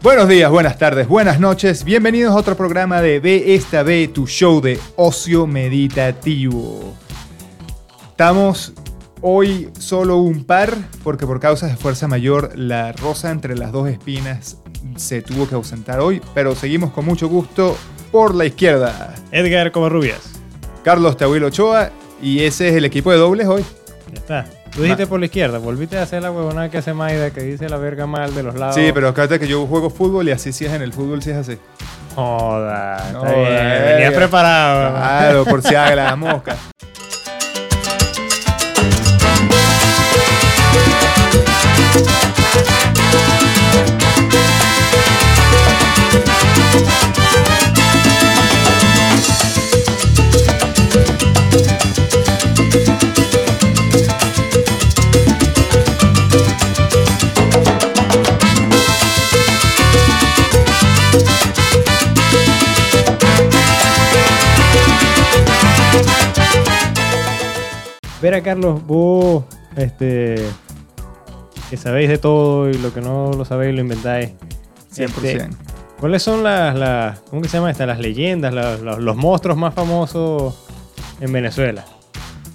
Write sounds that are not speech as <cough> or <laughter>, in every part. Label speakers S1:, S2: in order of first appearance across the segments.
S1: Buenos días, buenas tardes, buenas noches. Bienvenidos a otro programa de Ve esta B, tu show de ocio meditativo. Estamos hoy solo un par, porque por causas de fuerza mayor la rosa entre las dos espinas se tuvo que ausentar hoy, pero seguimos con mucho gusto por la izquierda.
S2: Edgar Covarrubias.
S1: Carlos Tahuil Ochoa y ese es el equipo de dobles hoy.
S2: Ya está. Tú dijiste por la izquierda, volviste a hacer la huevonada que hace Maida, que dice la verga mal de los lados.
S1: Sí, pero acuérdate que yo juego fútbol y así sí es en el fútbol, sí es así.
S2: Joda, está
S1: No, eh, Ah.
S2: bien.
S1: verga.
S2: Venía preparado.
S1: Claro, por si haga la mosca.
S2: Ver a Carlos, vos, este, que sabéis de todo y lo que no lo sabéis lo inventáis.
S1: 100%.
S2: ¿Cuáles son las, las ¿cómo que se llama esta? Las leyendas, las- los, los monstruos más famosos en Venezuela.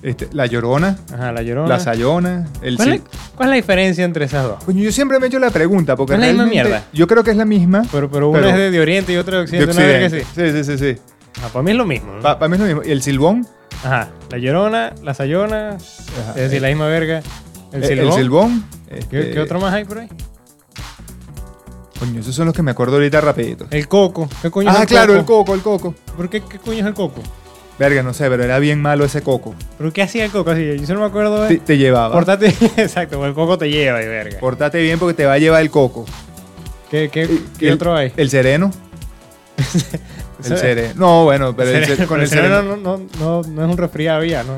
S1: Este, la llorona,
S2: Ajá, la llorona.
S1: la sayona, el
S2: ¿Cuál,
S1: Cid-
S2: es, cuál es la diferencia entre esas dos?
S1: Coño, yo siempre me he hecho la pregunta, porque
S2: Es la misma
S1: realmente
S2: mierda.
S1: Yo creo que es la misma.
S2: Pero, pero una
S1: Pero-
S2: Pues, es de, de Oriente y otra de
S1: de
S2: Occidente. una verga
S1: Occidente.
S2: así.
S1: sí, sí, sí. sí.
S2: Ah, para mí es lo mismo. ¿no?
S1: Para mí es lo mismo. ¿Y el silbón?
S2: Ajá, la llorona, la sayona,
S1: Ajá.
S2: es decir, la misma verga. El
S1: Ah, Eh,
S2: silbón. ¿Qué,
S1: este,
S2: qué otro más hay por ahí?
S1: Coño, esos son los que me acuerdo ahorita rapidito.
S2: El coco. ¿Qué coño es
S1: Ah,
S2: el
S1: claro,
S2: coco?
S1: el coco, el coco.
S2: ¿Por qué, qué coño es el coco?
S1: Verga, no sé, pero era bien malo ese coco.
S2: ¿Pero qué hacía el coco? Así, yo solo me acuerdo
S1: Te,
S2: de...
S1: te llevaba.
S2: Portate... <laughs> Exacto, porque el coco te lleva y verga.
S1: Portate bien porque te va a llevar el coco.
S2: ¿Qué, qué,
S1: Eh,
S2: qué
S1: el-
S2: otro hay?
S1: El
S2: <laughs>
S1: sereno. El
S2: Ese-
S1: sereno. No, bueno, <laughs> pero el
S2: sereno-
S1: ser- con
S2: pero
S1: el sereno.
S2: no, no, no, no es un resfriado ya, ¿no?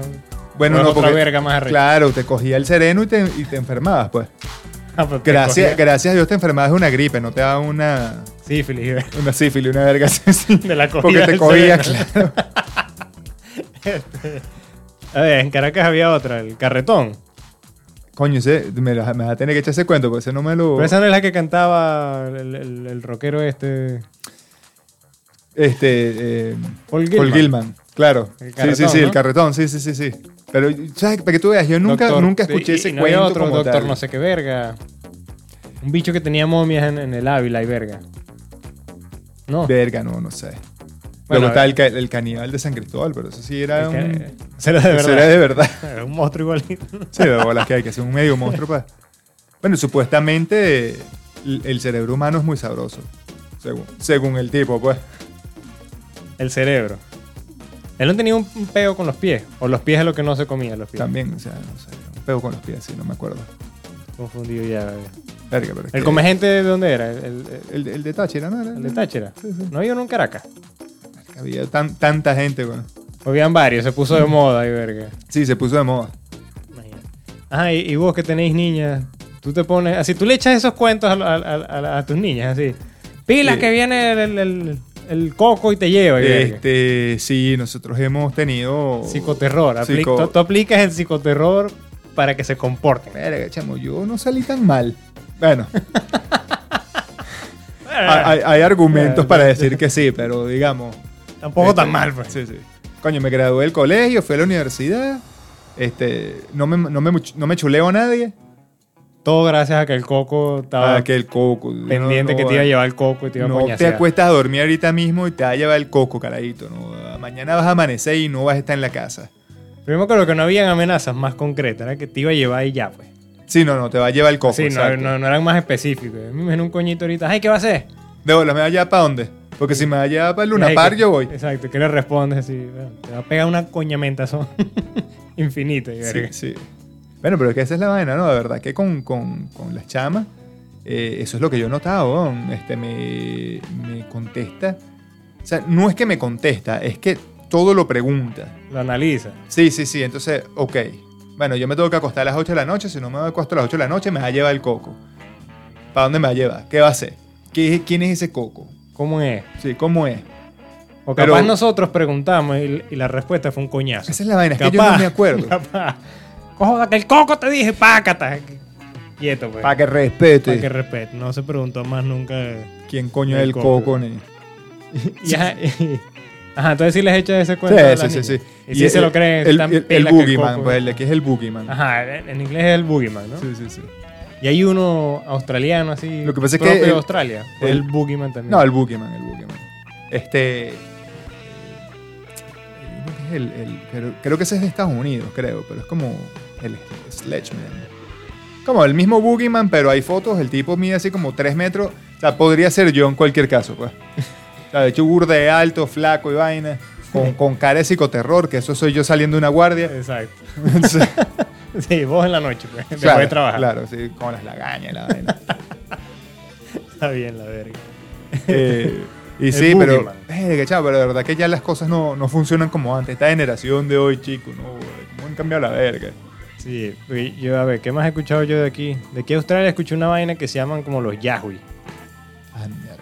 S1: Bueno,
S2: o es
S1: no,
S2: otra
S1: porque.
S2: verga más arriba.
S1: Claro, te cogía el sereno y te, y te enfermabas, pues.
S2: Ah, pero te
S1: Gracias,
S2: cogía
S1: gracias a Dios te enfermabas de una gripe, no te daba una,
S2: Sífilis, verga.
S1: una sífilis, una verga <laughs> así, sí,
S2: <laughs> de la cogida
S1: Porque te
S2: del
S1: cogía,
S2: sereno.
S1: claro.
S2: A ver, en Caracas había otra, el carretón.
S1: Coño, ese, me, la- me vas a tener que echar ese cuento, porque ese no me lo.
S2: Pero esa no es la que cantaba el, el- el rockero este.
S1: Este. eh,
S2: Paul
S1: Paul
S2: Gilman.
S1: Gilman, claro.
S2: El
S1: sí, sí,
S2: carretón,
S1: sí, el
S2: ¿no?
S1: carretón, sí, sí, sí, sí. Pero, ¿sabes? Para que tú veas, yo nunca,
S2: Doctor-
S1: nunca escuché
S2: y-
S1: ese
S2: y no había
S1: cuento.
S2: otro
S1: como
S2: doctor
S1: tal.
S2: no sé qué verga. Un bicho que tenía momias en, en el Ávila y verga. No.
S1: Verga, no, no sé. Luego
S2: Bueno, eh.
S1: está el, ca- el caníbal de San Cristóbal, pero eso sí era
S2: es
S1: un.
S2: que- será de
S1: eso era
S2: <laughs> verdad.
S1: de verdad.
S2: Era un monstruo igualito.
S1: Sí, de bolas que hay que ser un medio monstruo para. Bueno, supuestamente el, el cerebro humano es muy sabroso. Según, según el tipo, pues.
S2: <laughs> El cerebro. Él no tenía un un peo con los pies. O los pies es lo que no se comía, los pies.
S1: También, o sea, no sé. Un pego con los pies, sí, no me acuerdo.
S2: Confundido ya. verga.
S1: Verga, pero. es
S2: ¿El
S1: que-
S2: come gente de dónde era? El, el-
S1: El, el de Táchira, ¿no? Era-
S2: el de Táchira.
S1: Sí, sí.
S2: No había uno en Caracas.
S1: Había tan- tanta gente, bueno.
S2: Habían varios, se puso de moda y verga.
S1: Sí, se puso de moda.
S2: Imagínate. Ajá, y, y vos que tenéis niñas, tú te pones, así tú le echas esos cuentos a, a- a- a- a tus niñas, así. Pilas
S1: Sí.
S2: que viene el, el- el- el coco y te lleva. y verga.
S1: Este, sí, nosotros hemos tenido.
S2: Psicoterror. apli-
S1: Psico-
S2: tú, tú aplicas el psicoterror para que se comporten.
S1: Verga, chamo, yo no salí tan mal.
S2: <laughs>
S1: Bueno,
S2: Ah,
S1: hay, hay- hay argumentos para decir que sí, pero digamos.
S2: Tampoco
S1: este,
S2: tan mal, pues.
S1: Sí, sí. Coño, me gradué del colegio, fui a la universidad. Este, no me, no me, much- no me chuleo a nadie.
S2: Todo gracias a que el coco estaba
S1: Ah, que el coco. no,
S2: pendiente
S1: no,
S2: que te iba a llevar el coco y te iba a
S1: No te
S2: coñasear.
S1: acuestas a dormir ahorita mismo y te va a llevar el coco, carajito. ¿no? Mañana vas a amanecer y no vas a estar en la casa.
S2: Pero yo me acuerdo que no habían amenazas más concretas, era que te iba a llevar y ya, pues.
S1: Sí, no, no, te va a llevar el coco.
S2: Sí, no,
S1: exacto.
S2: no- no eran más específicos. Me imagino un coñito ahorita, ay, ¿qué va a hacer?
S1: De bolas, ¿me va a llevar para dónde? Porque si me va a llevar para el Luna
S2: Ay,
S1: Park,
S2: que-
S1: yo voy.
S2: Exacto, que le respondes así. bueno, Te va a pegar una coñamentazón <laughs> infinita. y
S1: Sí,
S2: verga.
S1: sí. Bueno, pero es que esa es la vaina, ¿no? De verdad que con, con, con las chamas, eh, eso es lo que yo he notado, weón. Este, me, me contesta. O sea, no es que me contesta, es que todo lo pregunta.
S2: Lo analiza.
S1: Sí, sí, sí. Entonces, ok. Bueno, yo me tengo que acostar a las 8 de la noche. Si no me acuesto a las 8 de la noche, me va a llevar el coco. ¿Para dónde me va a llevar? ¿Qué va a hacer? ¿Qué- ¿Quién es ese coco?
S2: ¿Cómo es?
S1: Sí, ¿cómo es?
S2: O capaz
S1: Pero-
S2: nosotros preguntamos y, y la respuesta fue un coñazo. <laughs>
S1: Esa es la vaina, es que yo no me acuerdo.
S2: Capaz. Cojoda, que el coco te dije, pácata. Quieto, pues.
S1: Para
S2: Para
S1: que respete
S2: que respete. No se preguntó más nunca.
S1: quién coño es
S2: El
S1: el
S2: coco.
S1: coco. ni-
S2: Y ajá, y- ajá, entonces sí les echa ese
S1: Sí,
S2: cuento. a
S1: sí,
S2: las
S1: sí,
S2: niñas.
S1: sí.
S2: Y, sí
S1: el-
S2: se lo creen.
S1: El,
S2: están
S1: el, el
S2: pelas que el
S1: boogeyman,
S2: coco.
S1: pues el de aquí es el boogeyman.
S2: Ajá, en en inglés es el boogeyman, ¿no?
S1: Sí, sí, sí.
S2: Y hay uno australiano así.
S1: Lo que pasa es
S2: propio
S1: que
S2: de
S1: el-
S2: Australia. o El,
S1: el-
S2: boogeyman también.
S1: No, el boogeyman, el boogeyman. Este... es El, el- creo, creo que ese es de Estados Unidos, creo, pero es como el Sledgeman. Como el mismo Boogeyman, pero hay fotos, el tipo mide así como 3 metros. O sea, podría ser yo en cualquier caso, pues. O sea, de hecho, burde alto, flaco y vaina, con, con cara de psicoterror, que eso soy yo saliendo de una guardia. <laughs>
S2: Exacto. <laughs>
S1: Sí,
S2: Sí, vos en la noche, pues. Después
S1: claro,
S2: de trabajar.
S1: Claro, sí, con las lagañas y la
S2: <laughs>
S1: vaina.
S2: Está bien, la verga.
S1: <laughs> Eh, y
S2: El
S1: sí, pero,
S2: boogeyman.
S1: verga, chavo, pero la verdad que ya las cosas no, no funcionan como antes. Esta generación de hoy, chico, no, güey, ¿cómo han cambiado la verga?
S2: Sí, y yo a ver, ¿qué más he escuchado yo de aquí? De aquí a Australia escuché una vaina que se llaman como los Yahweh.
S1: Ah, mierda.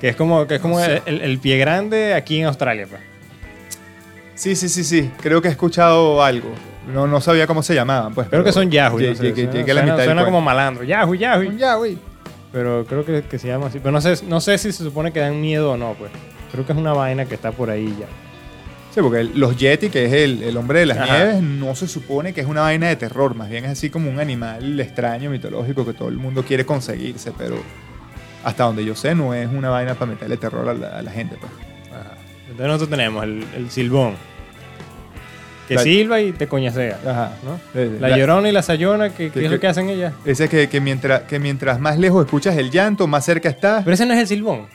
S2: Que es como, que es como
S1: No sé.
S2: el, el pie grande aquí en Australia, pues.
S1: Sí, sí, sí, sí, creo que he escuchado algo. No, no sabía cómo se llamaban, pues.
S2: Creo que son Yahoo.
S1: Llegué,
S2: no sé,
S1: llegué-
S2: suena-
S1: llegué a la
S2: suena-
S1: mitad pues. del
S2: suena como
S1: cuento.
S2: malandro. Yahoo, Yahoo.
S1: Un Yahweh.
S2: Pero creo que, que se llama así. Pero no sé, no sé si se supone que dan miedo o no, pues. Creo que es una vaina que está por ahí ya.
S1: Sí, porque el- los Yeti, que es el, el hombre de las
S2: Ajá.
S1: nieves, no se supone que es una vaina de terror, más bien es así como un animal extraño, mitológico, que todo el mundo quiere conseguirse, pero hasta donde yo sé, no es una vaina para meterle terror a la, a la gente, pues.
S2: Ajá. Entonces nosotros tenemos el, el silbón. Que
S1: La-
S2: silba y te coñacea.
S1: Ajá.
S2: ¿no?
S1: Sí, sí.
S2: La, llorona y la sayona, que, que
S1: que-
S2: es lo
S1: que-
S2: que hacen ellas.
S1: Eh, Ese que, que, mientras, que mientras más lejos escuchas el llanto, más cerca estás.
S2: Pero ese no es el silbón.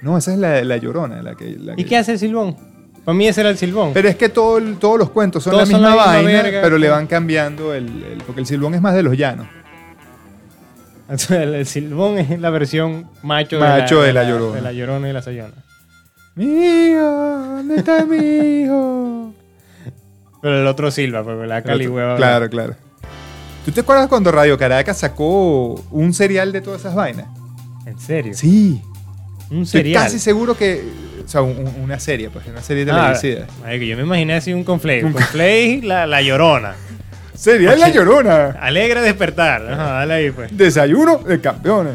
S1: No, esa es la, la llorona. La que, la
S2: ¿Y
S1: que-
S2: qué hace el silbón? Para mí ese era el silbón. <laughs>
S1: Pero es que todo, el- todos los cuentos son
S2: Todos
S1: la
S2: son
S1: misma
S2: la misma
S1: vaina,
S2: verga.
S1: pero le van cambiando el, el- Porque el silbón es más de los llanos.
S2: Entonces, el, el silbón es la versión macho,
S1: Macho de la llorona.
S2: de la llorona y la sayona.
S1: Mi hijo, ¿dónde está mi hijo?
S2: Pero el otro silba, porque la
S1: Pero
S2: cali
S1: tú-
S2: hueva.
S1: Claro, claro. ¿Tú te acuerdas cuando Radio Caracas sacó un serial de todas esas vainas?
S2: ¿En serio?
S1: Sí.
S2: Un
S1: Estoy
S2: serial.
S1: casi seguro que. O sea, un- un- una serie, pues, una serie televisiva.
S2: Ah, marico, yo me imaginé así un conflay. Un conflay, la, la llorona.
S1: ¡Serial La Llorona!
S2: Alegre despertar. Ajá, dale ahí, pues.
S1: Desayuno de
S2: <laughs>
S1: campeones.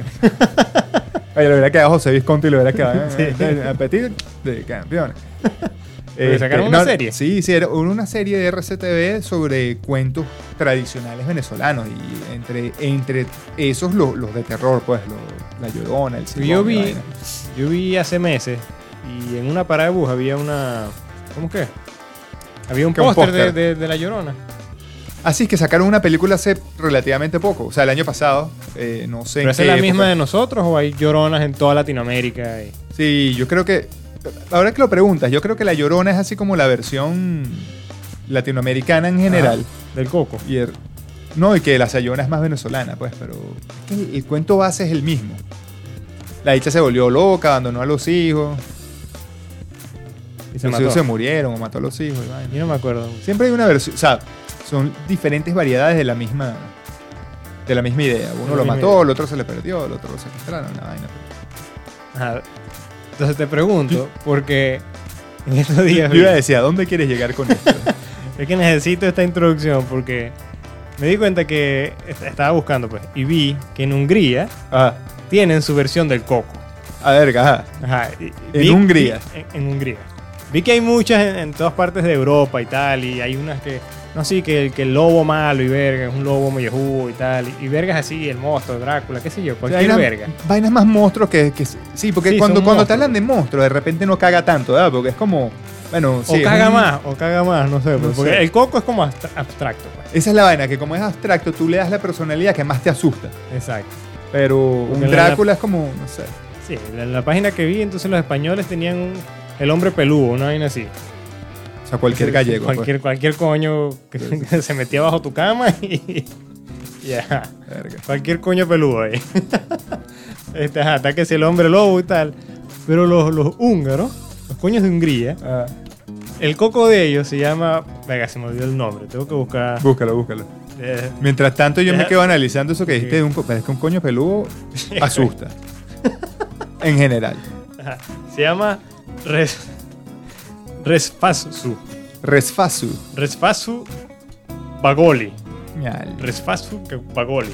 S1: Oye, lo hubiera quedado José Visconti y lo hubiera quedado.
S2: Sí.
S1: eh, Apetito de campeones.
S2: <laughs>
S1: Este,
S2: Porque sacaron una serie.
S1: Sí, sí, era una serie de RCTV sobre cuentos tradicionales venezolanos. Y entre, entre esos, los, los de terror, pues, los- la llorona, el Silbón,
S2: Yo
S1: la
S2: vi,
S1: vaina.
S2: yo vi hace meses y en una parada de bus había una. ¿Cómo que? Había un
S1: Que un
S2: póster de,
S1: póster.
S2: de- de la llorona.
S1: Así es que sacaron una película hace relativamente poco. O sea, el año pasado. eh, no sé. en
S2: ¿Pero
S1: qué
S2: esa es la
S1: época.
S2: misma de nosotros o hay lloronas en toda Latinoamérica? y-
S1: Sí, yo creo que. Ahora que lo preguntas, yo creo que La Llorona es así como la versión latinoamericana en general.
S2: Ajá, Ah, del coco.
S1: Y el- no, y que La Sayona es más venezolana, pues, pero. es que el, el cuento base es el mismo. La dicha se volvió loca, abandonó a los hijos.
S2: Y se
S1: los
S2: mató.
S1: hijos se murieron o mató a los hijos. y vaina.
S2: Yo no me acuerdo.
S1: Siempre hay una versión. O sea, son diferentes variedades de la misma. De la misma idea. Uno
S2: la
S1: lo
S2: misma
S1: mató,
S2: idea.
S1: el otro se le perdió, el otro lo secuestraron, la vaina.
S2: Ajá. Ah, Entonces
S1: <laughs>
S2: te pregunto, porque en estos días.
S1: Yo iba a decir, ¿a dónde quieres llegar con esto? <laughs>
S2: Es que necesito esta introducción porque me di cuenta que est- estaba buscando pues y vi que en Hungría
S1: ah,
S2: tienen su versión del coco.
S1: a ver, ajá.
S2: Ajá. y- y
S1: En Hungría.
S2: vi- en, en Hungría. Vi que hay muchas en, en todas partes de Europa y tal y hay unas que no sí que, el- que el lobo malo y verga es un lobo mollejudo y tal y, y vergas así el monstruo Drácula qué sé
S1: O
S2: yo
S1: sea,
S2: cualquier
S1: hay unas
S2: verga.
S1: Vainas más monstruos que. que- sí, porque
S2: Sí,
S1: cuando, cuando te
S2: son monstruos.
S1: hablan de monstruos, de repente no caga tanto, ¿verdad? Porque es como. Bueno, sí.
S2: O
S1: es
S2: caga
S1: un-
S2: más o caga más no sé pues,
S1: No
S2: porque
S1: sé.
S2: el coco es como abstra- abstracto. pues.
S1: Esa es la vaina, que como es abstracto, tú le das la personalidad que más te asusta.
S2: Exacto.
S1: Pero
S2: Porque
S1: un
S2: la-
S1: Drácula es como. No sé.
S2: Sí, la, la página que vi, entonces los españoles tenían un- el hombre peludo, una vaina así.
S1: O sea, cualquier gallego. pues.
S2: Cualquier, cualquier coño que,
S1: Sí, sí.
S2: que <laughs> se metía bajo tu cama y. <laughs> Ya.
S1: Verga.
S2: Cualquier coño peludo ahí. <laughs> Este, ajá, está que si el hombre lobo y tal. Pero los, los húngaros, los coños de Hungría,
S1: Ah,
S2: el coco de ellos se llama. Venga, se me olvidó el nombre, tengo que buscar.
S1: búscalo, búscalo.
S2: eh,
S1: Mientras tanto, yo me
S2: Ya.
S1: quedo analizando eso que dijiste de un. co- Pero es que un coño
S2: <laughs>
S1: peludo asusta. en general.
S2: ajá, se llama Res. Resfasu.
S1: Resfasu.
S2: Resfasu Bagoli.
S1: Ñal.
S2: Resfasu Bagoli.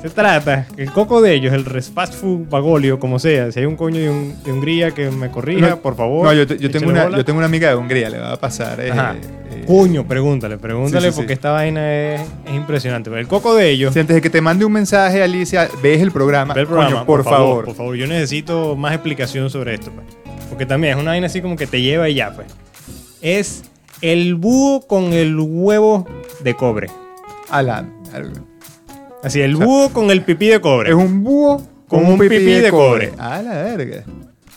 S2: Se trata, que el coco de ellos, el res- fast food bagolio, como sea. Si hay un coño de, un- de Hungría que me corrija,
S1: No,
S2: por favor.
S1: No, yo, te- yo tengo
S2: échale
S1: una,
S2: bola.
S1: yo tengo una amiga de Hungría, le va a pasar. eh,
S2: Ajá.
S1: eh,
S2: Coño, pregúntale, pregúntale
S1: Sí, sí, sí.
S2: porque esta vaina es, es impresionante. Pero el coco de ellos,
S1: si antes de que te mande un mensaje, Alicia, ves el programa.
S2: ve el
S1: coño,
S2: programa,
S1: por, favor.
S2: Por favor, yo necesito más explicación sobre esto. pues. Porque también es una vaina así como que te lleva y ya, pues. Es el búho con el huevo de cobre.
S1: A la- al-
S2: Así, el
S1: O sea,
S2: búho con el pipí de cobre.
S1: es un búho con, un pipí, de, cobre. A la verga.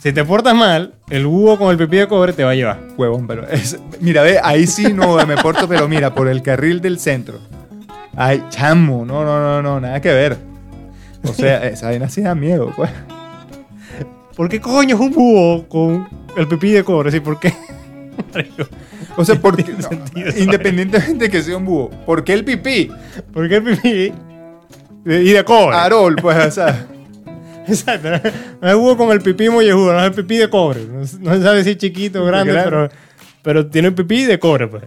S2: Si te portas mal, el búho con el pipí de cobre te va a llevar.
S1: Huevón, pero es- mira, ve, ahí sí no me porto, pero mira, por el carril del centro. Ay, chamo, no, no, no, no, nada que ver. O <laughs> sea, esa vaina sí da miedo, pues.
S2: ¿Por qué coño es un búho con el pipí de cobre? Sí, ¿por qué? <laughs>
S1: O sea, <laughs> porque, no,
S2: sentido, ¿sabes?
S1: independientemente de que sea un búho, ¿por qué el pipí?
S2: ¿Por qué el pipí? de- Y de cobre.
S1: Arol, pues, o <laughs> sea.
S2: <laughs> Exacto. No es búho con el pipí mollejudo, no es el pipí de cobre. No, no se sabe si es chiquito o grande,
S1: Grande.
S2: pero, pero tiene el pipí de cobre, <laughs> pues.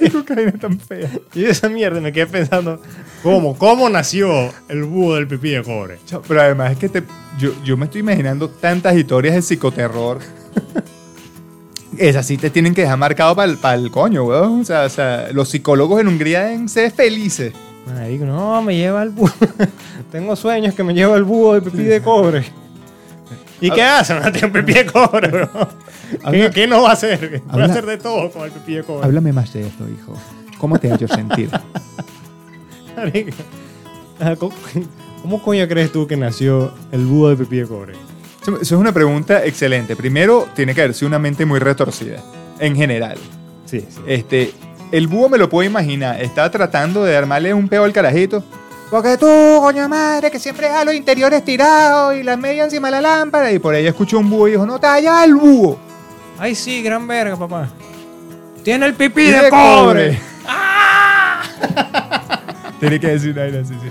S1: Digo que vaina tan fea.
S2: Y esa mierda me quedé pensando, ¿cómo? ¿Cómo nació el búho del pipí de cobre?
S1: Chao, Pero además es que te, yo, yo me estoy imaginando tantas historias de psicoterror. Esas sí te tienen que dejar marcado para el, coño, weón. O sea, o sea, los psicólogos en Hungría deben ser felices.
S2: Marico, no, me lleva el búho. <laughs> Tengo sueños que me lleva el búho de pipí de cobre. ¿Y qué hace? No tiene un pipí de cobre, bro. ¿Qué,
S1: Habla-
S2: qué no va a hacer? Va a
S1: Habla-
S2: hacer de todo con el pipí de cobre.
S1: Háblame más de esto, hijo. ¿Cómo te ha hecho sentir?
S2: Marico. Ah, ¿Cómo, cómo coño crees tú que nació el búho de pipí de cobre?
S1: Eso eso es una pregunta excelente. Primero, tiene que haber sido una mente muy retorcida, en general.
S2: Sí, sí.
S1: Este, el búho me lo puedo imaginar. Está tratando de armarle un peo al carajito. Porque tú, coño de madre, que siempre deja los interiores tirados y las medias encima de la lámpara. Y por ahí escuchó un búho y dijo, no te hallas el búho.
S2: Ay, sí, gran verga, papá. Tiene el pipí
S1: de cobre. <laughs>
S2: ¡Ah!
S1: Tiene que decir una vaina así, sí.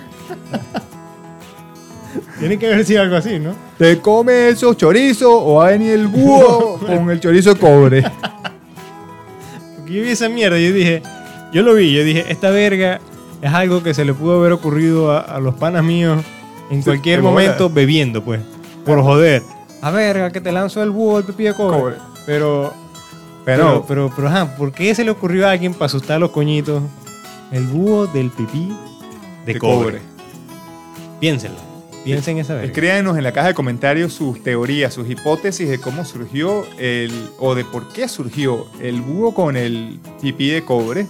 S2: Tiene que haber sido algo así, ¿no?
S1: Te come esos chorizos o va a venir el <laughs> búho con el chorizo de cobre.
S2: Porque yo vi esa mierda y yo dije, yo lo vi, yo dije, esta verga es algo que se le pudo haber ocurrido a, a los panas míos en
S1: Sí,
S2: cualquier
S1: de bola.
S2: momento bebiendo, pues. Por joder. A verga, que te lanzó el búho el pipí de
S1: Cobre.
S2: cobre. Pero, pero,
S1: Pero,
S2: pero, pero, ajá, ¿por qué se le ocurrió a alguien para asustar a los coñitos el búho del pipí de, cobre? Piénsenlo. Piensen esa verga.
S1: Escríbanos en la caja de comentarios sus teorías, sus hipótesis de cómo surgió el o de por qué surgió el búho con el pipí de cobre.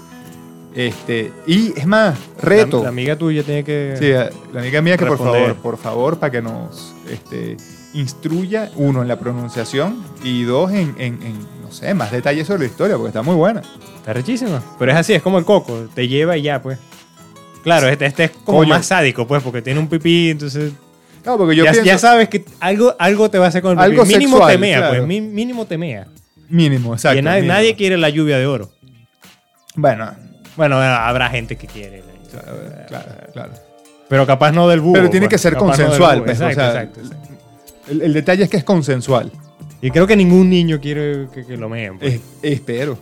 S1: Este, y es más, reto.
S2: La, la amiga tuya tiene que...
S1: Sí, a- la amiga mía que
S2: Responder.
S1: por favor, por favor, para que nos este, instruya, uno, en la pronunciación y dos, en, en- en, no sé, más detalles sobre la historia, porque está muy buena.
S2: Está rechísima. Pero es así, es como el coco. Te lleva y ya, pues. Claro, este, este es como
S1: Coño.
S2: más sádico, pues, porque tiene un pipí, entonces.
S1: Claro, porque yo
S2: Ya,
S1: pienso,
S2: ya sabes que algo, algo te va a hacer con el pipí.
S1: Algo
S2: mínimo
S1: sexual,
S2: temea,
S1: claro.
S2: pues. mi- mínimo temea.
S1: mínimo, exacto.
S2: y nadie,
S1: mínimo.
S2: nadie quiere la lluvia de oro.
S1: Bueno,
S2: Bueno, habrá gente que quiere. la-
S1: claro, claro, claro.
S2: Pero capaz no del búho.
S1: Pero tiene
S2: pues.
S1: que ser
S2: Capaz no del
S1: consensual,
S2: búho.
S1: pues, o
S2: Exacto,
S1: sea,
S2: exacto, exacto.
S1: El, el detalle es que es consensual.
S2: Y creo que ningún niño quiere que, que lo meen.
S1: <laughs>
S2: pues. <laughs>
S1: Es- espero.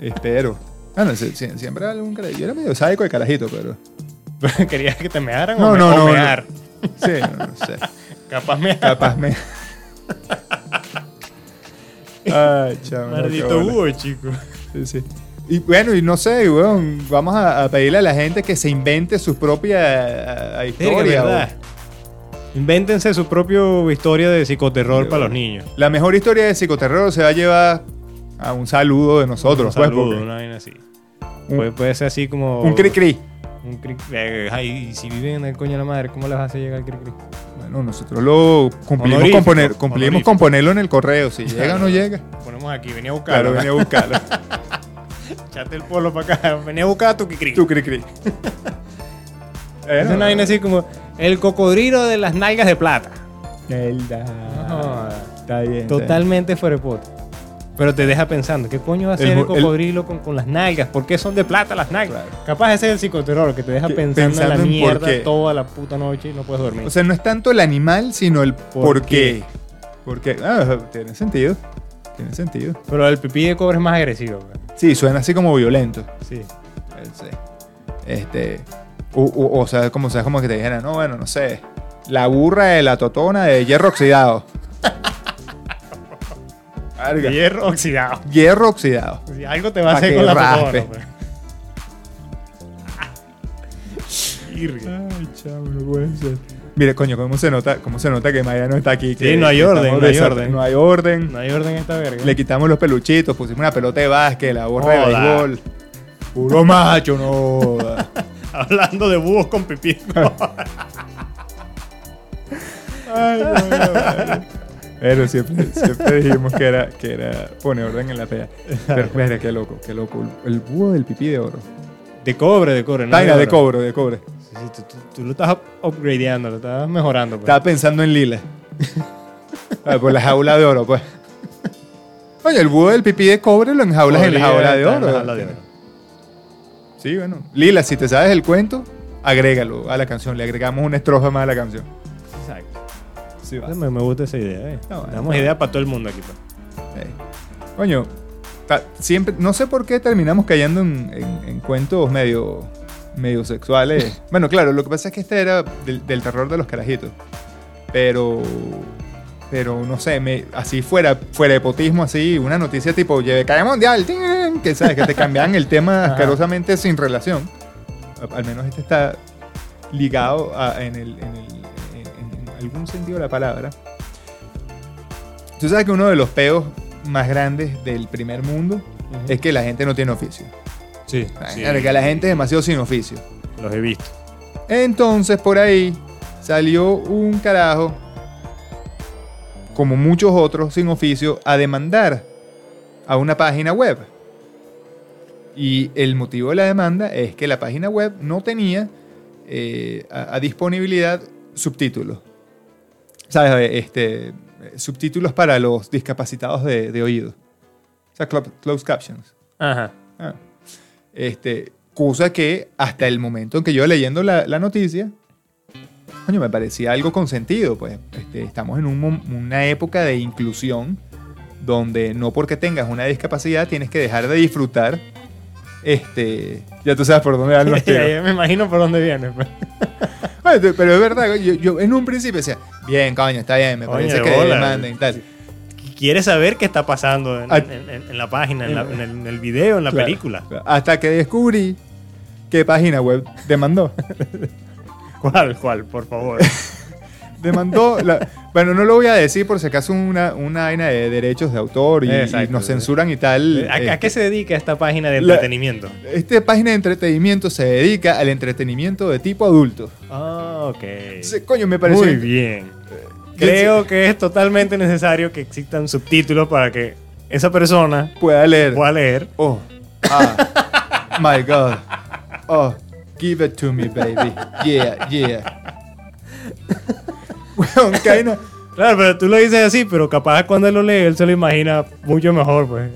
S1: espero. Bueno, si- si- siempre algún cara- Yo era medio sádico de carajito, pero.
S2: ¿Querías que te mearan
S1: No,
S2: o, me-
S1: no,
S2: o
S1: no, no.
S2: mear?
S1: Sí, no, no sé.
S2: Capaz mear.
S1: Capaz
S2: <laughs>
S1: me. Ay, chaval.
S2: Maldito búho, chico.
S1: Sí, sí. Y bueno, y no sé, weón, vamos a, a pedirle a la gente que se invente su propia eh,
S2: Verga,
S1: historia.
S2: ¿verdad? Invéntense su propio historia de psicoterror
S1: Sí,
S2: para los
S1: bueno.
S2: niños.
S1: weón. La mejor historia de psicoterror se va a llevar a un saludo de nosotros.
S2: un
S1: pues,
S2: saludo,
S1: porque-
S2: una vaina así.
S1: Un-
S2: Puede, puede ser así como.
S1: Un cri-cri.
S2: Un cri- eh, Ay, y si viven en el coño de la madre, ¿cómo les hace llegar el cri cri?
S1: Bueno, nosotros lo cumplimos,
S2: Honorífico,
S1: con, poner- cumplimos
S2: honorífico.
S1: con ponerlo en el correo. Si llega o no llega.
S2: Ponemos aquí, venía a
S1: Claro,
S2: buscarlo.
S1: venía a buscarlo.
S2: <laughs> Echate el polo para acá. Venía a buscar a tu cri
S1: Tú, cri-cri. eh,
S2: Es una vaina así como. El cocodrilo de las nalgas de plata.
S1: Nelda. Está bien. está bien.
S2: Totalmente fuera de pote. Pero te deja pensando, ¿qué coño va a
S1: El
S2: hacer el,
S1: mo- el-
S2: cocodrilo con, con las nalgas? ¿Por qué son de plata las nalgas?
S1: Claro.
S2: Capaz ese es el psicoterror que te deja
S1: Que-
S2: pensando, en
S1: pensando
S2: la
S1: en por
S2: mierda
S1: qué.
S2: toda la puta noche y no puedes dormir.
S1: O sea, no es tanto el animal, sino el por, qué.
S2: qué?
S1: Porque, ah, tiene sentido. Tiene sentido.
S2: Pero el pipí de cobre es más agresivo. güey.
S1: Sí, suena así como violento.
S2: Sí.
S1: Eh, sí. Este, o, o- o sea, como, o sea, como que te dijeran, no, bueno, no sé, la burra de la totona de hierro
S2: <laughs>
S1: oxidado. Verga.
S2: Hierro oxidado.
S1: Hierro oxidado.
S2: Si algo te va a
S1: Pa'
S2: hacer
S1: que
S2: con la
S1: raspe.
S2: fotona, pues. <laughs> Irga.
S1: Ay, chavo, no puede ser. Mire, coño, ¿cómo se nota, cómo se nota que Maya no está aquí? que
S2: no hay orden,
S1: estamos
S2: no hay
S1: desor-
S2: orden.
S1: No hay orden.
S2: No hay orden en esta verga.
S1: Le quitamos los peluchitos, pusimos una pelota de básquet, la borra de
S2: Joda.
S1: béisbol. Puro macho, no. joda.
S2: Hablando de búhos con pipí.
S1: Ay, no, no, vale. Pero siempre, siempre dijimos que era, que era poner orden en la pelea. Pero mira, qué loco, qué loco. El búho del pipí de oro.
S2: De cobre, de cobre. no
S1: Taina de
S2: oro.
S1: cobro, de cobre.
S2: Sí, sí, tú, tú- tú lo estás up- upgradeando, lo estás mejorando. pues.
S1: Estaba pensando en Lila. Ah, Por la jaula de oro, pues. Oye, el búho del pipí de cobre lo enjaulas en la
S2: Podría
S1: jaula de
S2: estar en
S1: oro.
S2: la jaula de oro.
S1: Sí, bueno. Lila, si te sabes el cuento, agrégalo a la canción. Le agregamos una estrofa más a la canción.
S2: Exacto.
S1: Sí, va.
S2: Me, me gusta esa idea. eh.
S1: No, bueno,
S2: Damos
S1: no.
S2: idea para todo el mundo aquí. pues.
S1: Ey. Coño, ta- siempre, no sé por qué terminamos cayendo en, en- en cuentos medio, medio sexuales. bueno, claro, lo que pasa es que este era del, del terror de los carajitos. Pero, pero no sé, me- así fuera, fuera de potismo, así, una noticia tipo, lleve cae mundial, ¡ting! que sabes, que te cambian el tema
S2: Ajá.
S1: asquerosamente sin relación. A- Al menos este está ligado a- en, el- en el- en- en- en algún sentido de la palabra. Tú sabes que uno de los peos más grandes del primer mundo es que la gente no tiene oficio.
S2: Sí,
S1: Claro, que la gente es demasiado sin oficio.
S2: Los he visto.
S1: Entonces por ahí salió un carajo, como muchos otros sin oficio, a demandar a una página web. Y el motivo de la demanda es que la página web no tenía eh, a, a disponibilidad subtítulos. ¿Sabes? Este, subtítulos para los discapacitados de, de oído. O sea, clo- closed captions.
S2: Ajá.
S1: Ah. Este, cosa que hasta el momento en que yo leyendo la, la noticia, coño, me parecía algo consentido. Pues Este, estamos en un mom- una época de inclusión donde no porque tengas una discapacidad tienes que dejar de disfrutar. Este, ya tú sabes por dónde
S2: <laughs>
S1: van los tiros.
S2: me imagino por dónde viene. pues.
S1: Ay, te- Pero es verdad, yo, yo en un principio decía, bien, coño, está bien, me
S2: Coño,
S1: parece
S2: de
S1: que
S2: bola.
S1: demanden y tal.
S2: Quieres saber qué está pasando en,
S1: Ah. Eh.
S2: en- en- en la página, en, la- en el, en el video, en la
S1: Claro.
S2: película.
S1: Hasta que descubrí qué página web demandó.
S2: ¿Cuál, cuál, por
S1: <laughs>
S2: favor?
S1: demandó la- bueno no lo voy a decir por si acaso una una vaina de derechos de autor y,
S2: Exacto. Eh,
S1: y nos censuran y tal
S2: ¿A, a qué se dedica esta página de
S1: este La-
S2: entretenimiento?
S1: esta página de entretenimiento se dedica al entretenimiento de tipo adulto
S2: Ah, ok.
S1: Entonces, coño me pareció
S2: Muy bien. Creo que es totalmente necesario que existan subtítulos para que esa persona
S1: pueda leer
S2: pueda leer.
S1: oh ah my god oh give it to me baby yeah yeah Weón, Kaina,
S2: Claro, pero tú lo dices así, pero capaz cuando él lo lee, él se lo imagina mucho mejor, pues.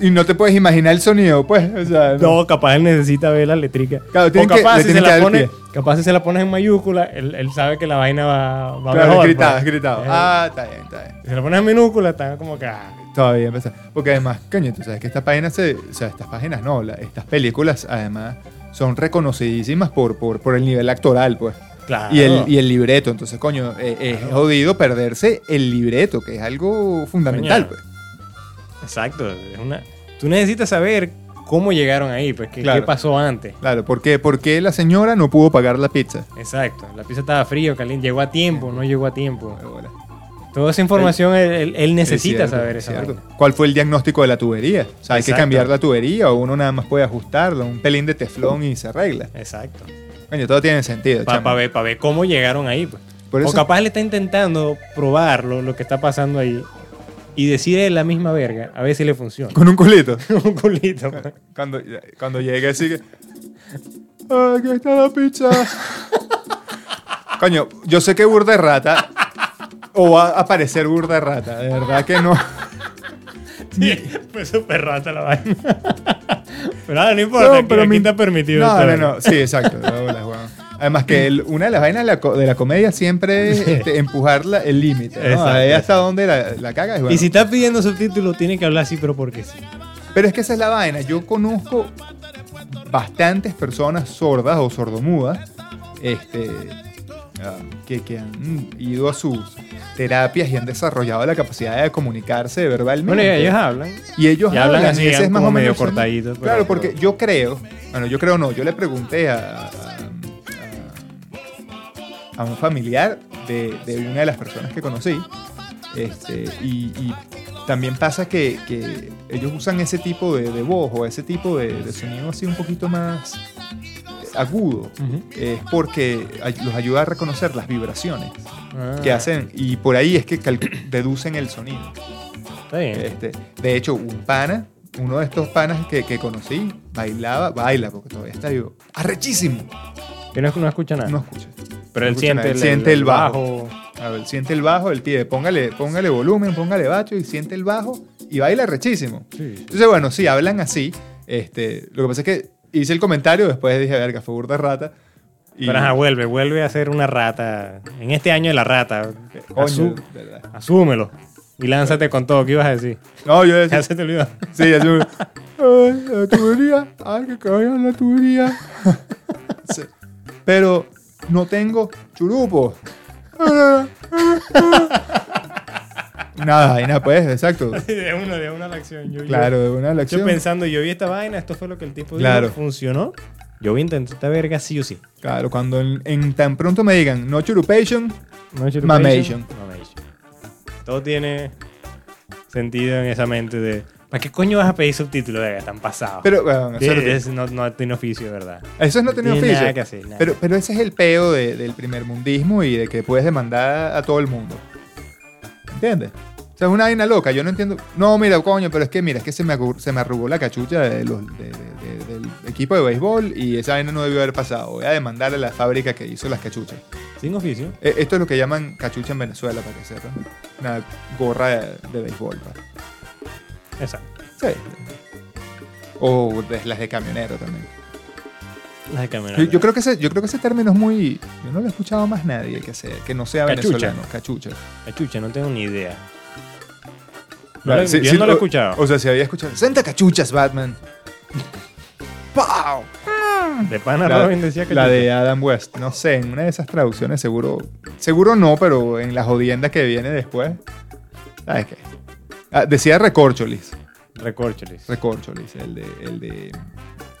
S1: y no te puedes imaginar el sonido pues o sea,
S2: No, capaz él necesita ver la letrica.
S1: Claro,
S2: o
S1: tienen que-
S2: capaz,
S1: le
S2: si
S1: tienen
S2: se
S1: que dar
S2: la
S1: el
S2: pone,
S1: pie.
S2: capaz si se la pones en mayúscula, él, él sabe que la vaina va, va
S1: claro,
S2: mejor.
S1: gritado,
S2: pues.
S1: gritado.
S2: Eh,
S1: Ah, está bien, está bien.
S2: Si se la pones en minúscula, está como que... ah,
S1: Todavía empezar. Porque además, coño, tú sabes que estas páginas, se- o sea, estas páginas no, la- estas películas además son reconocidísimas por, por, por el nivel actoral, pues.
S2: claro.
S1: Y, el, y el libreto, entonces, coño, eh, es jodido perderse el libreto, que es algo fundamental,
S2: Coño.
S1: pues.
S2: Exacto. es una- Tú necesitas saber cómo llegaron ahí, pues, qué,
S1: Claro.
S2: qué pasó antes.
S1: Claro, ¿por qué? ¿por qué la señora no pudo pagar la pizza?
S2: Exacto. La pizza estaba frío, caliente. Llegó a tiempo, no llegó a tiempo.
S1: Qué bola.
S2: Toda esa información él, él- él necesita
S1: Es cierto,
S2: saber
S1: es
S2: esa
S1: cierto.
S2: vaina.
S1: ¿Cuál fue el diagnóstico de la tubería? O sea, hay que
S2: Exacto.
S1: cambiar la tubería o uno nada más puede ajustarla, un pelín de teflón y se arregla.
S2: Exacto.
S1: Coño, todo tiene sentido.
S2: Para
S1: chamo.
S2: ver, pa' ver cómo llegaron ahí, pues.
S1: Por
S2: O
S1: eso-
S2: capaz le está intentando probarlo, lo que está pasando ahí, y decide la misma verga, a ver si le funciona.
S1: Con un culito.
S2: <laughs> Un culito. pues.
S1: Cuando, cuando llegue así que... "Ah, Aquí está la pizza. Coño, yo sé que burda de rata... O va a aparecer burda de rata. De verdad que
S2: <laughs>
S1: no.
S2: Sí, <laughs> fue súper rata la vaina. <laughs> Pero nada, no importa, aquí- aquí
S1: mi-
S2: está permitido.
S1: No,
S2: esta
S1: no,
S2: vaina.
S1: no. Sí, exacto. de bolas, weón. Además que el- una de las vainas de la, co- de la comedia siempre es este, empujar la- el límite. ¿no?
S2: Exacto,
S1: A ver hasta
S2: exacto.
S1: dónde la, la cagas. y bueno.
S2: Y si está pidiendo subtítulos, tiene que hablar así, pero porque sí.
S1: Pero es que esa es la vaina. Yo conozco bastantes personas sordas o sordomudas este, ah, que, que han ido a sus terapias y han desarrollado la capacidad de comunicarse
S2: Bueno,
S1: verbalmente.
S2: y ellos hablan.
S1: Y ellos
S2: Y hablan así,
S1: y ese es más
S2: como
S1: o menos
S2: medio
S1: el sonido.
S2: cortadito, pero-
S1: Claro, porque yo creo, bueno, yo creo no, yo le pregunté a, a- a un familiar de, de una de las personas que conocí, este, y, y también pasa que, que ellos usan ese tipo de, de voz o ese tipo de, de sonido así un poquito más agudo, es porque ay- los ayuda a reconocer las vibraciones que
S2: Ah,
S1: hacen y por ahí es que calcu- deducen el sonido.
S2: Está bien.
S1: Este, de hecho, un pana, uno de estos panas que, que conocí, bailaba, baila, porque todavía está vivo. ¡Arrechísimo!
S2: Que no, no escucha nada.
S1: No escucha.
S2: pero él
S1: no escucha nada,
S2: siente,
S1: él
S2: el,
S1: siente el
S2: bajo.
S1: A ver, siente el bajo, el tío, póngale, póngale volumen, póngale bacho y siente el bajo y baila arrechísimo.
S2: Sí.
S1: Entonces, bueno, sí, hablan así. Este, lo que pasa es que hice el comentario, después dije, verga, fue burda rata. Y,
S2: Pero ajá, vuelve, vuelve a ser una rata. En este año de la rata.
S1: coño,
S2: Asu-
S1: ¿verdad?
S2: asúmelo. Y lánzate con todo. ¿Qué ibas a decir?
S1: No, yo
S2: Ya
S1: decía,
S2: se te <laughs> olvidó.
S1: sí, así, "Ay, la tubería, ay, que caigan la tubería. Sí. Pero no tengo churupo. Nada, vaina pues, exacto.
S2: de una, de una la acción. Yo, yo-
S1: Claro, de una
S2: Yo
S1: elección.
S2: pensando, yo vi esta vaina, esto fue lo que el tipo
S1: Claro.
S2: dijo, funcionó. Yo voy a intentar esta verga sí o sí.
S1: Claro, cuando en, en tan pronto me digan no churupation,
S2: No es
S1: Mamation.
S2: Mamation. Todo tiene sentido en esa mente de. ¿Para qué coño vas a pedir subtítulos? Verga, están pasados.
S1: pero bueno,
S2: Sí,
S1: eso no-
S2: es- no, no tiene oficio, ¿verdad?
S1: eso es no tener
S2: tiene
S1: oficio.
S2: nada que hacer, nada.
S1: Pero, pero ese es el peo de- del primer mundismo y de que puedes demandar a todo el mundo. ¿Entiendes? O sea, es una vaina loca, yo no entiendo. No, mira, coño, pero es que mira, es que se me, agur- se me arrugó la cachucha de los- de- de- de- del equipo de béisbol y esa vaina no debió haber pasado. Voy a demandar a la fábrica que hizo las cachuchas.
S2: Sin oficio.
S1: E- Esto es lo que llaman cachucha en Venezuela, para que sepan. Una gorra de, de béisbol. ¿vale?
S2: Exacto.
S1: Sí. O de- las de camionero también.
S2: Las de cámara.
S1: Yo, yo creo que ese, yo creo que ese término es muy. Yo no lo he escuchado más nadie que sea, que no sea
S2: Cachucha.
S1: venezolano. Cachucha.
S2: La chucha, no tengo ni idea. No
S1: Vale,
S2: lo-
S1: sí,
S2: yo
S1: sí,
S2: no lo he
S1: o-
S2: escuchado.
S1: O sea, si había escuchado. ¡Senta cachuchas, Batman! <laughs> ¡Pow!
S2: de pana
S1: La,
S2: Robin decía que
S1: la de Adam West. No sé, en una de esas traducciones seguro. Seguro no, pero en la jodienda que viene después. ¿Sabes qué? Ah, decía Recorcholis.
S2: Recorcholis.
S1: Recorcholis, el de. El de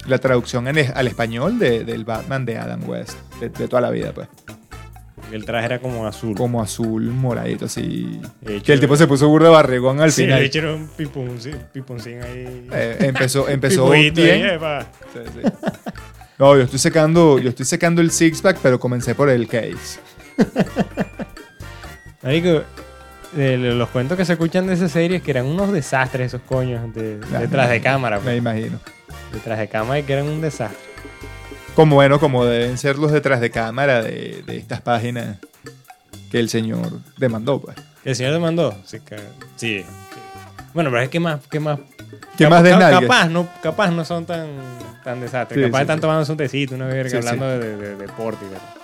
S1: la traducción en es- al español de- del Batman de Adam West, de, de toda la vida, pues.
S2: El traje era como azul.
S1: Como azul moradito, así.
S2: De hecho,
S1: Que el tipo se puso burda barrigón al
S2: sí,
S1: final.
S2: le echaron un piponcín, piponcín ahí.
S1: Eh, empezó empezó bien.
S2: Pipoito ahí, epa.
S1: Sí, sí. No, yo estoy secando, yo estoy secando el six pack, pero comencé por el case.
S2: Marico, de lo- los cuentos que se escuchan de esa serie es que eran unos desastres esos coños de,
S1: Ah,
S2: detrás de cámara.
S1: Me
S2: pues.
S1: imagino.
S2: Detrás de cámara y que eran un desastre.
S1: Como bueno, como deben ser los detrás de cámara de, de estas páginas que el señor demandó, pues.
S2: El señor demandó. Sí, que- sí, sí. Bueno, pero es que más, que más.
S1: ¿Qué
S2: cap-
S1: más de
S2: cap-
S1: nadie?
S2: Capaz no, capaz no son tan, tan desastres.
S1: Sí,
S2: capaz
S1: sí,
S2: están
S1: sí.
S2: tomándose un tecito, una verga,
S1: Sí, sí.
S2: hablando de, de- de deporte. y verga.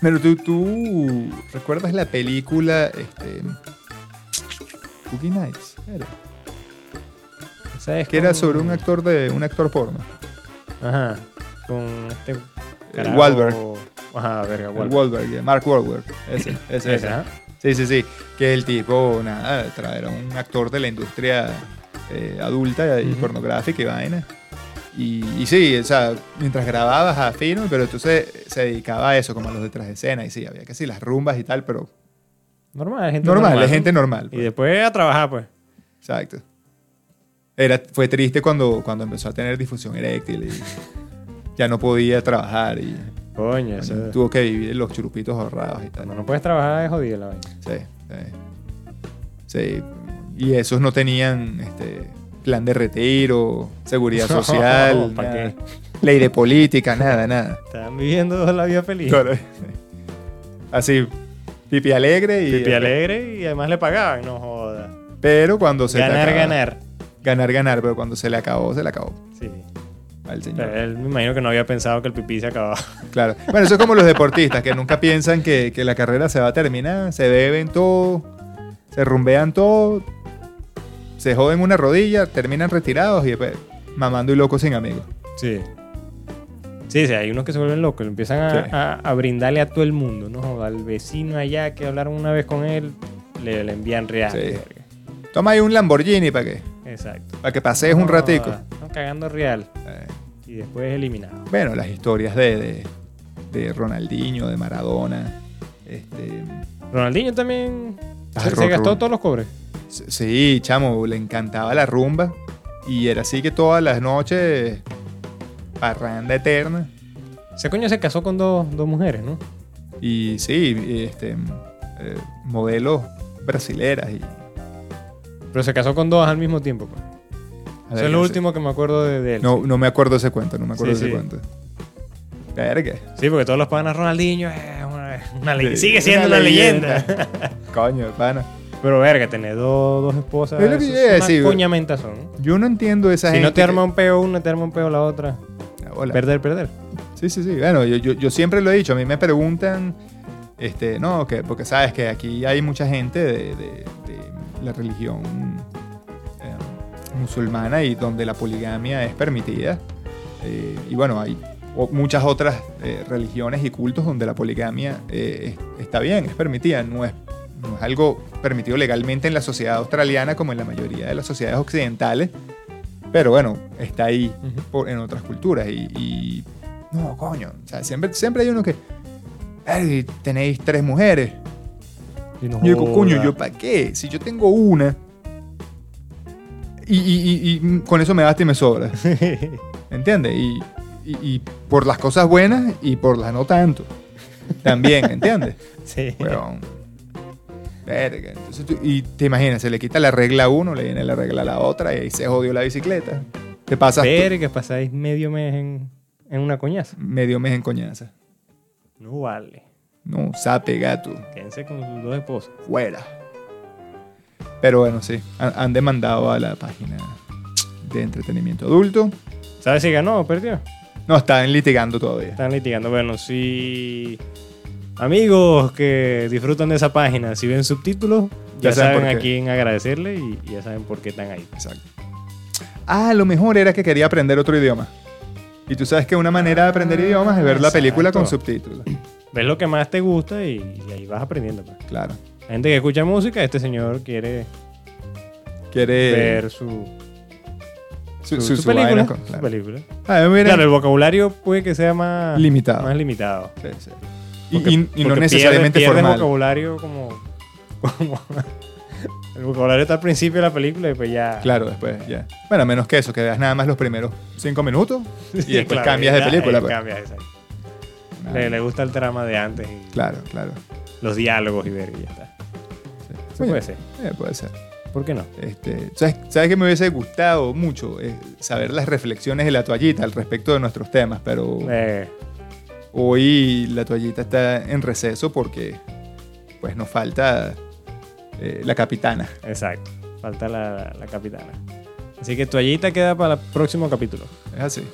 S1: Pero tú, tú recuerdas la película este Boogie Nights, era,
S2: ¿Sabes?
S1: que era
S2: con-
S1: sobre un actor de un actor porno.
S2: Ajá. Con este. carajo-
S1: Wahlberg.
S2: Ajá, verga,
S1: El
S2: Wahlberg.
S1: Wahlberg, de Mark Wahlberg.
S2: <laughs>
S1: Ese, ese,
S2: Ese,
S1: ese.
S2: ajá.
S1: Sí, sí, sí. Que el tipo, nada, traer a un actor de la industria eh, adulta y
S2: Ujú.
S1: pornográfica y vaina. Y, y sí, o sea, mientras grababas a Fino, pero entonces se dedicaba a eso, como a los detrás de escena. Y sí, había que sí, las rumbas y tal, pero
S2: Normal, gente
S1: normal,
S2: normal.
S1: es gente normal.
S2: Y
S1: pues.
S2: después a trabajar, pues.
S1: Exacto. Era, fue triste cuando, cuando empezó a tener difusión eréctil y ya no podía trabajar y
S2: Coño,
S1: bueno,
S2: eso.
S1: tuvo que vivir los churupitos ahorrados y tal.
S2: Cuando no puedes trabajar es jodida la vaina.
S1: Sí, sí. Sí, Y esos no tenían este, plan de retiro, seguridad
S2: <laughs> No,
S1: social,
S2: ¿pa'
S1: nada.
S2: qué?
S1: ley de política, nada, nada.
S2: Están viviendo <laughs> la vida feliz.
S1: Claro, sí. Así, pipi alegre y.
S2: Pipi alegre y además le pagaban, no joda.
S1: Pero cuando se. le
S2: ganar,
S1: acaba-
S2: ganar.
S1: Ganar, ganar, pero cuando se le acabó, se le acabó
S2: Sí.
S1: al señor.
S2: Pero él me imagino que no había pensado que el pipí se
S1: <laughs>
S2: acababa.
S1: Claro. Bueno, eso es como los deportistas que nunca piensan que, que la carrera se va a terminar, se beben todo, se rumbean todo, se joden una rodilla, terminan retirados y después mamando y loco sin amigos.
S2: Sí. Sí, sí, hay unos que se vuelven locos, empiezan a,
S1: Sí.
S2: a- a brindarle a todo el mundo, ¿no? Joda, Al vecino allá que hablaron una vez con él, le, le envían reales.
S1: Sí.
S2: verga.
S1: Toma ahí un Lamborghini para que,
S2: Exacto.
S1: para que pasees un
S2: No,
S1: ratico.
S2: joda, Están cagando real
S1: Eh,
S2: y después es eliminado.
S1: Bueno, las historias de, de, de Ronaldinho, de Maradona. Este,
S2: Ronaldinho también
S1: Ah,
S2: se, se
S1: Ron-
S2: gastó
S1: Ron.
S2: todos los cobres.
S1: s- sí, chamo, le encantaba la rumba. Y era así que todas las noches, parranda eterna.
S2: Ese coño se casó con dos, dos mujeres, ¿no?
S1: Y sí, este, eh, modelos brasileras. Y,
S2: Pero se casó con dos al mismo tiempo. pues.
S1: a
S2: Eso
S1: ver,
S2: es lo
S1: no sé.
S2: último que me acuerdo de, de él.
S1: No, no me acuerdo ese cuento, no me acuerdo
S2: Sí,
S1: ese
S2: sí.
S1: cuento. Verga.
S2: Sí, porque todos los pagan a Ronaldinho. eh, una, una le-
S1: Sí,
S2: sigue siendo una, leyenda. <laughs>
S1: Coño, de pana.
S2: Pero verga, tener dos, dos esposas.
S1: Es lo que
S2: eso
S1: yo iba a
S2: es
S1: decir,
S2: una
S1: güey.
S2: coña mentazón.
S1: Yo no entiendo esa
S2: Si
S1: gente.
S2: no te
S1: que- Ah,
S2: arma un peo una, te arma un peo la otra.
S1: Hola.
S2: Perder, perder.
S1: Sí, sí, sí. Bueno, yo, yo- yo siempre lo he dicho. A mí me preguntan, este, no, que, porque sabes que aquí hay mucha gente de, de- de la religión eh, musulmana y donde la poligamia es permitida. Eh, y bueno, hay o- muchas otras eh, religiones y cultos donde la poligamia eh, es- está bien, es permitida. No es, no es algo permitido legalmente en la sociedad australiana como en la mayoría de las sociedades occidentales. Pero bueno, está ahí por- en otras culturas. Y, y- no, coño. o sea, siempre, siempre hay uno que. "Ay, tenéis tres mujeres.
S2: Y no
S1: Yo digo, coño,
S2: joda.
S1: ¿yo para qué? Si yo tengo una. Y, y- y- y con eso me basta y me sobra.
S2: <laughs>
S1: ¿Entiendes? Y, y- y por las cosas buenas y por las no tanto. También,
S2: <laughs>
S1: ¿entiendes?
S2: <laughs> sí.
S1: Weón. Verga. Entonces tú- y te imaginas, se le quita la regla a uno, le viene la regla a la otra y ahí se jodió la bicicleta. Te pasas tú
S2: Verga, pasáis medio mes en, en una coñaza.
S1: medio mes en coñaza.
S2: No vale.
S1: No, sape, gato,
S2: Quédense con sus dos esposas.
S1: fuera. Pero bueno, sí, han, han demandado a la página de entretenimiento adulto.
S2: ¿Sabes si ganó o perdió?
S1: No, están litigando todavía.
S2: Están litigando. Bueno, si. Amigos que disfrutan de esa página, si ven subtítulos, ya,
S1: Ya saben
S2: saben
S1: por
S2: a
S1: qué.
S2: quién agradecerle y, y ya saben por qué están ahí.
S1: Exacto. Ah, lo mejor era que quería aprender otro idioma. Y tú sabes que una manera de aprender
S2: Ah,
S1: idiomas es ver la película con
S2: exacto.
S1: subtítulos.
S2: Ves lo que más te gusta y, y ahí vas aprendiendo. pues.
S1: Claro.
S2: La gente que escucha música, este señor quiere
S1: Quiere
S2: ver su,
S1: Eh, su,
S2: su-
S1: su-
S2: su
S1: su
S2: película.
S1: vaina con-
S2: su
S1: claro.
S2: película.
S1: Ah, mira,
S2: Claro, el vocabulario puede que sea más
S1: Limitado.
S2: Más limitado.
S1: Sí, sí. Y,
S2: Porque-
S1: y- y no
S2: porque
S1: necesariamente
S2: pierde, pierde
S1: formal.
S2: vocabulario como, como- <laughs> el vocabulario está al principio de la película y después ya <laughs>
S1: Claro, después ya. Bueno, a menos que eso, que veas nada más los primeros cinco minutos y
S2: Sí,
S1: después
S2: claro,
S1: cambias de
S2: ya,
S1: película.
S2: eh,
S1: pues.
S2: cambias, exacto.
S1: Nada.
S2: Le, le gusta el trama de antes y
S1: Claro, claro.
S2: los diálogos y ver y ya está.
S1: Sí.
S2: Eso puede ser.
S1: Eh, puede ser.
S2: ¿Por qué no?
S1: Este, ¿sabes, sabes que me hubiese gustado mucho Eh, saber las reflexiones de la toallita al respecto de nuestros temas? Pero
S2: Eh,
S1: hoy la toallita está en receso porque pues nos falta eh, la capitana.
S2: exacto. Falta la, la capitana. Así que toallita queda para el próximo capítulo.
S1: Es así.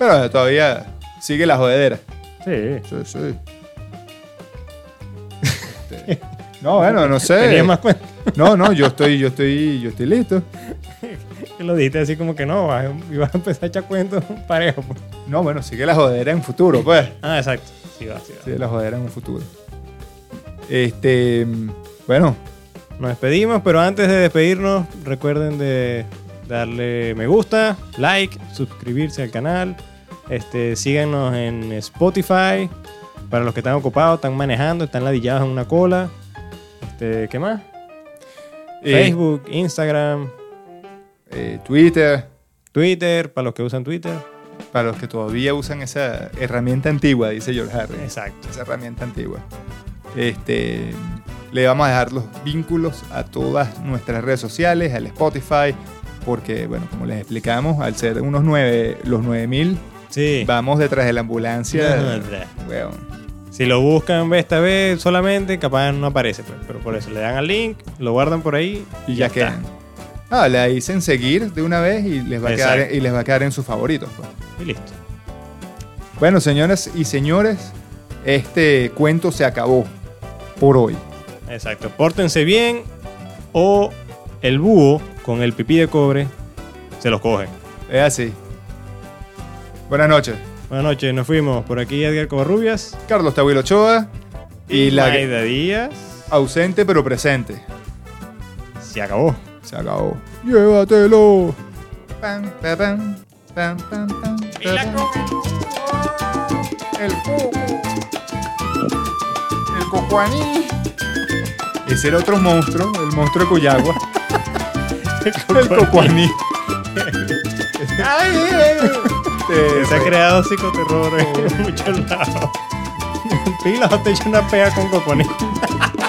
S1: Pero eh, todavía sigue la jodedera.
S2: Sí.
S1: Sí, sí. Este, No, bueno, no sé.
S2: Tenías más cuenta.
S1: No, no, yo estoy, yo estoy, yo estoy listo.
S2: Que lo dijiste así como que no, vas- y vas a empezar a echar cuentos <laughs> parejo. pues.
S1: No, bueno, sigue la jodedera en futuro, pues.
S2: Ah, exacto. Sí, va, sí, va.
S1: Sí, de la jodera en un futuro. Este, mm, bueno,
S2: Nos despedimos, pero antes de despedirnos, recuerden de darle me gusta, like, suscribirse al canal. Este, síganos en Spotify. Para los que están ocupados, están manejando, están ladillados en una cola. Este, ¿qué más?
S1: eh,
S2: Facebook, Instagram,
S1: eh, Twitter,
S2: Twitter, para los que usan Twitter.
S1: para los que todavía usan esa herramienta antigua, dice George Harris.
S2: Exacto.
S1: Esa herramienta antigua. Este, le vamos a dejar los vínculos a todas nuestras redes sociales, al Spotify, porque, bueno, como les explicamos, al ser unos 9, los 9000,
S2: Sí.
S1: vamos detrás de la ambulancia. Weón.
S2: Si lo buscan esta vez solamente, capaz no aparece, pues, pero por eso le dan al link, lo guardan por ahí
S1: y ya
S2: está.
S1: quedan. Ah, le dicen seguir de una vez y les va, a quedar,
S2: Exacto.
S1: y les va a quedar en sus favoritos. pues.
S2: Y listo.
S1: Bueno, señoras y señores, este cuento se acabó por hoy.
S2: Exacto, pórtense bien o el búho con el pipí de cobre se los coge.
S1: Es así. Buenas noches.
S2: Buenas noches, nos fuimos. Por aquí Edgar Covarrubias.
S1: Carlos Tawil Ochoa y la
S2: Maida Díaz.
S1: ausente pero presente.
S2: Se acabó.
S1: Se acabó. Llévatelo. Pam, pa, pam, pam, pam, pam, pa, pam. El coco. El cocuaní. Ese era otro monstruo, el monstruo de Cuyagua. <laughs> el <laughs> cocuaní. ay, ay, ay. Te-
S2: Se ha creado <laughs> psicoterror en muchos lados. Pilas, te eché una pega con coconí.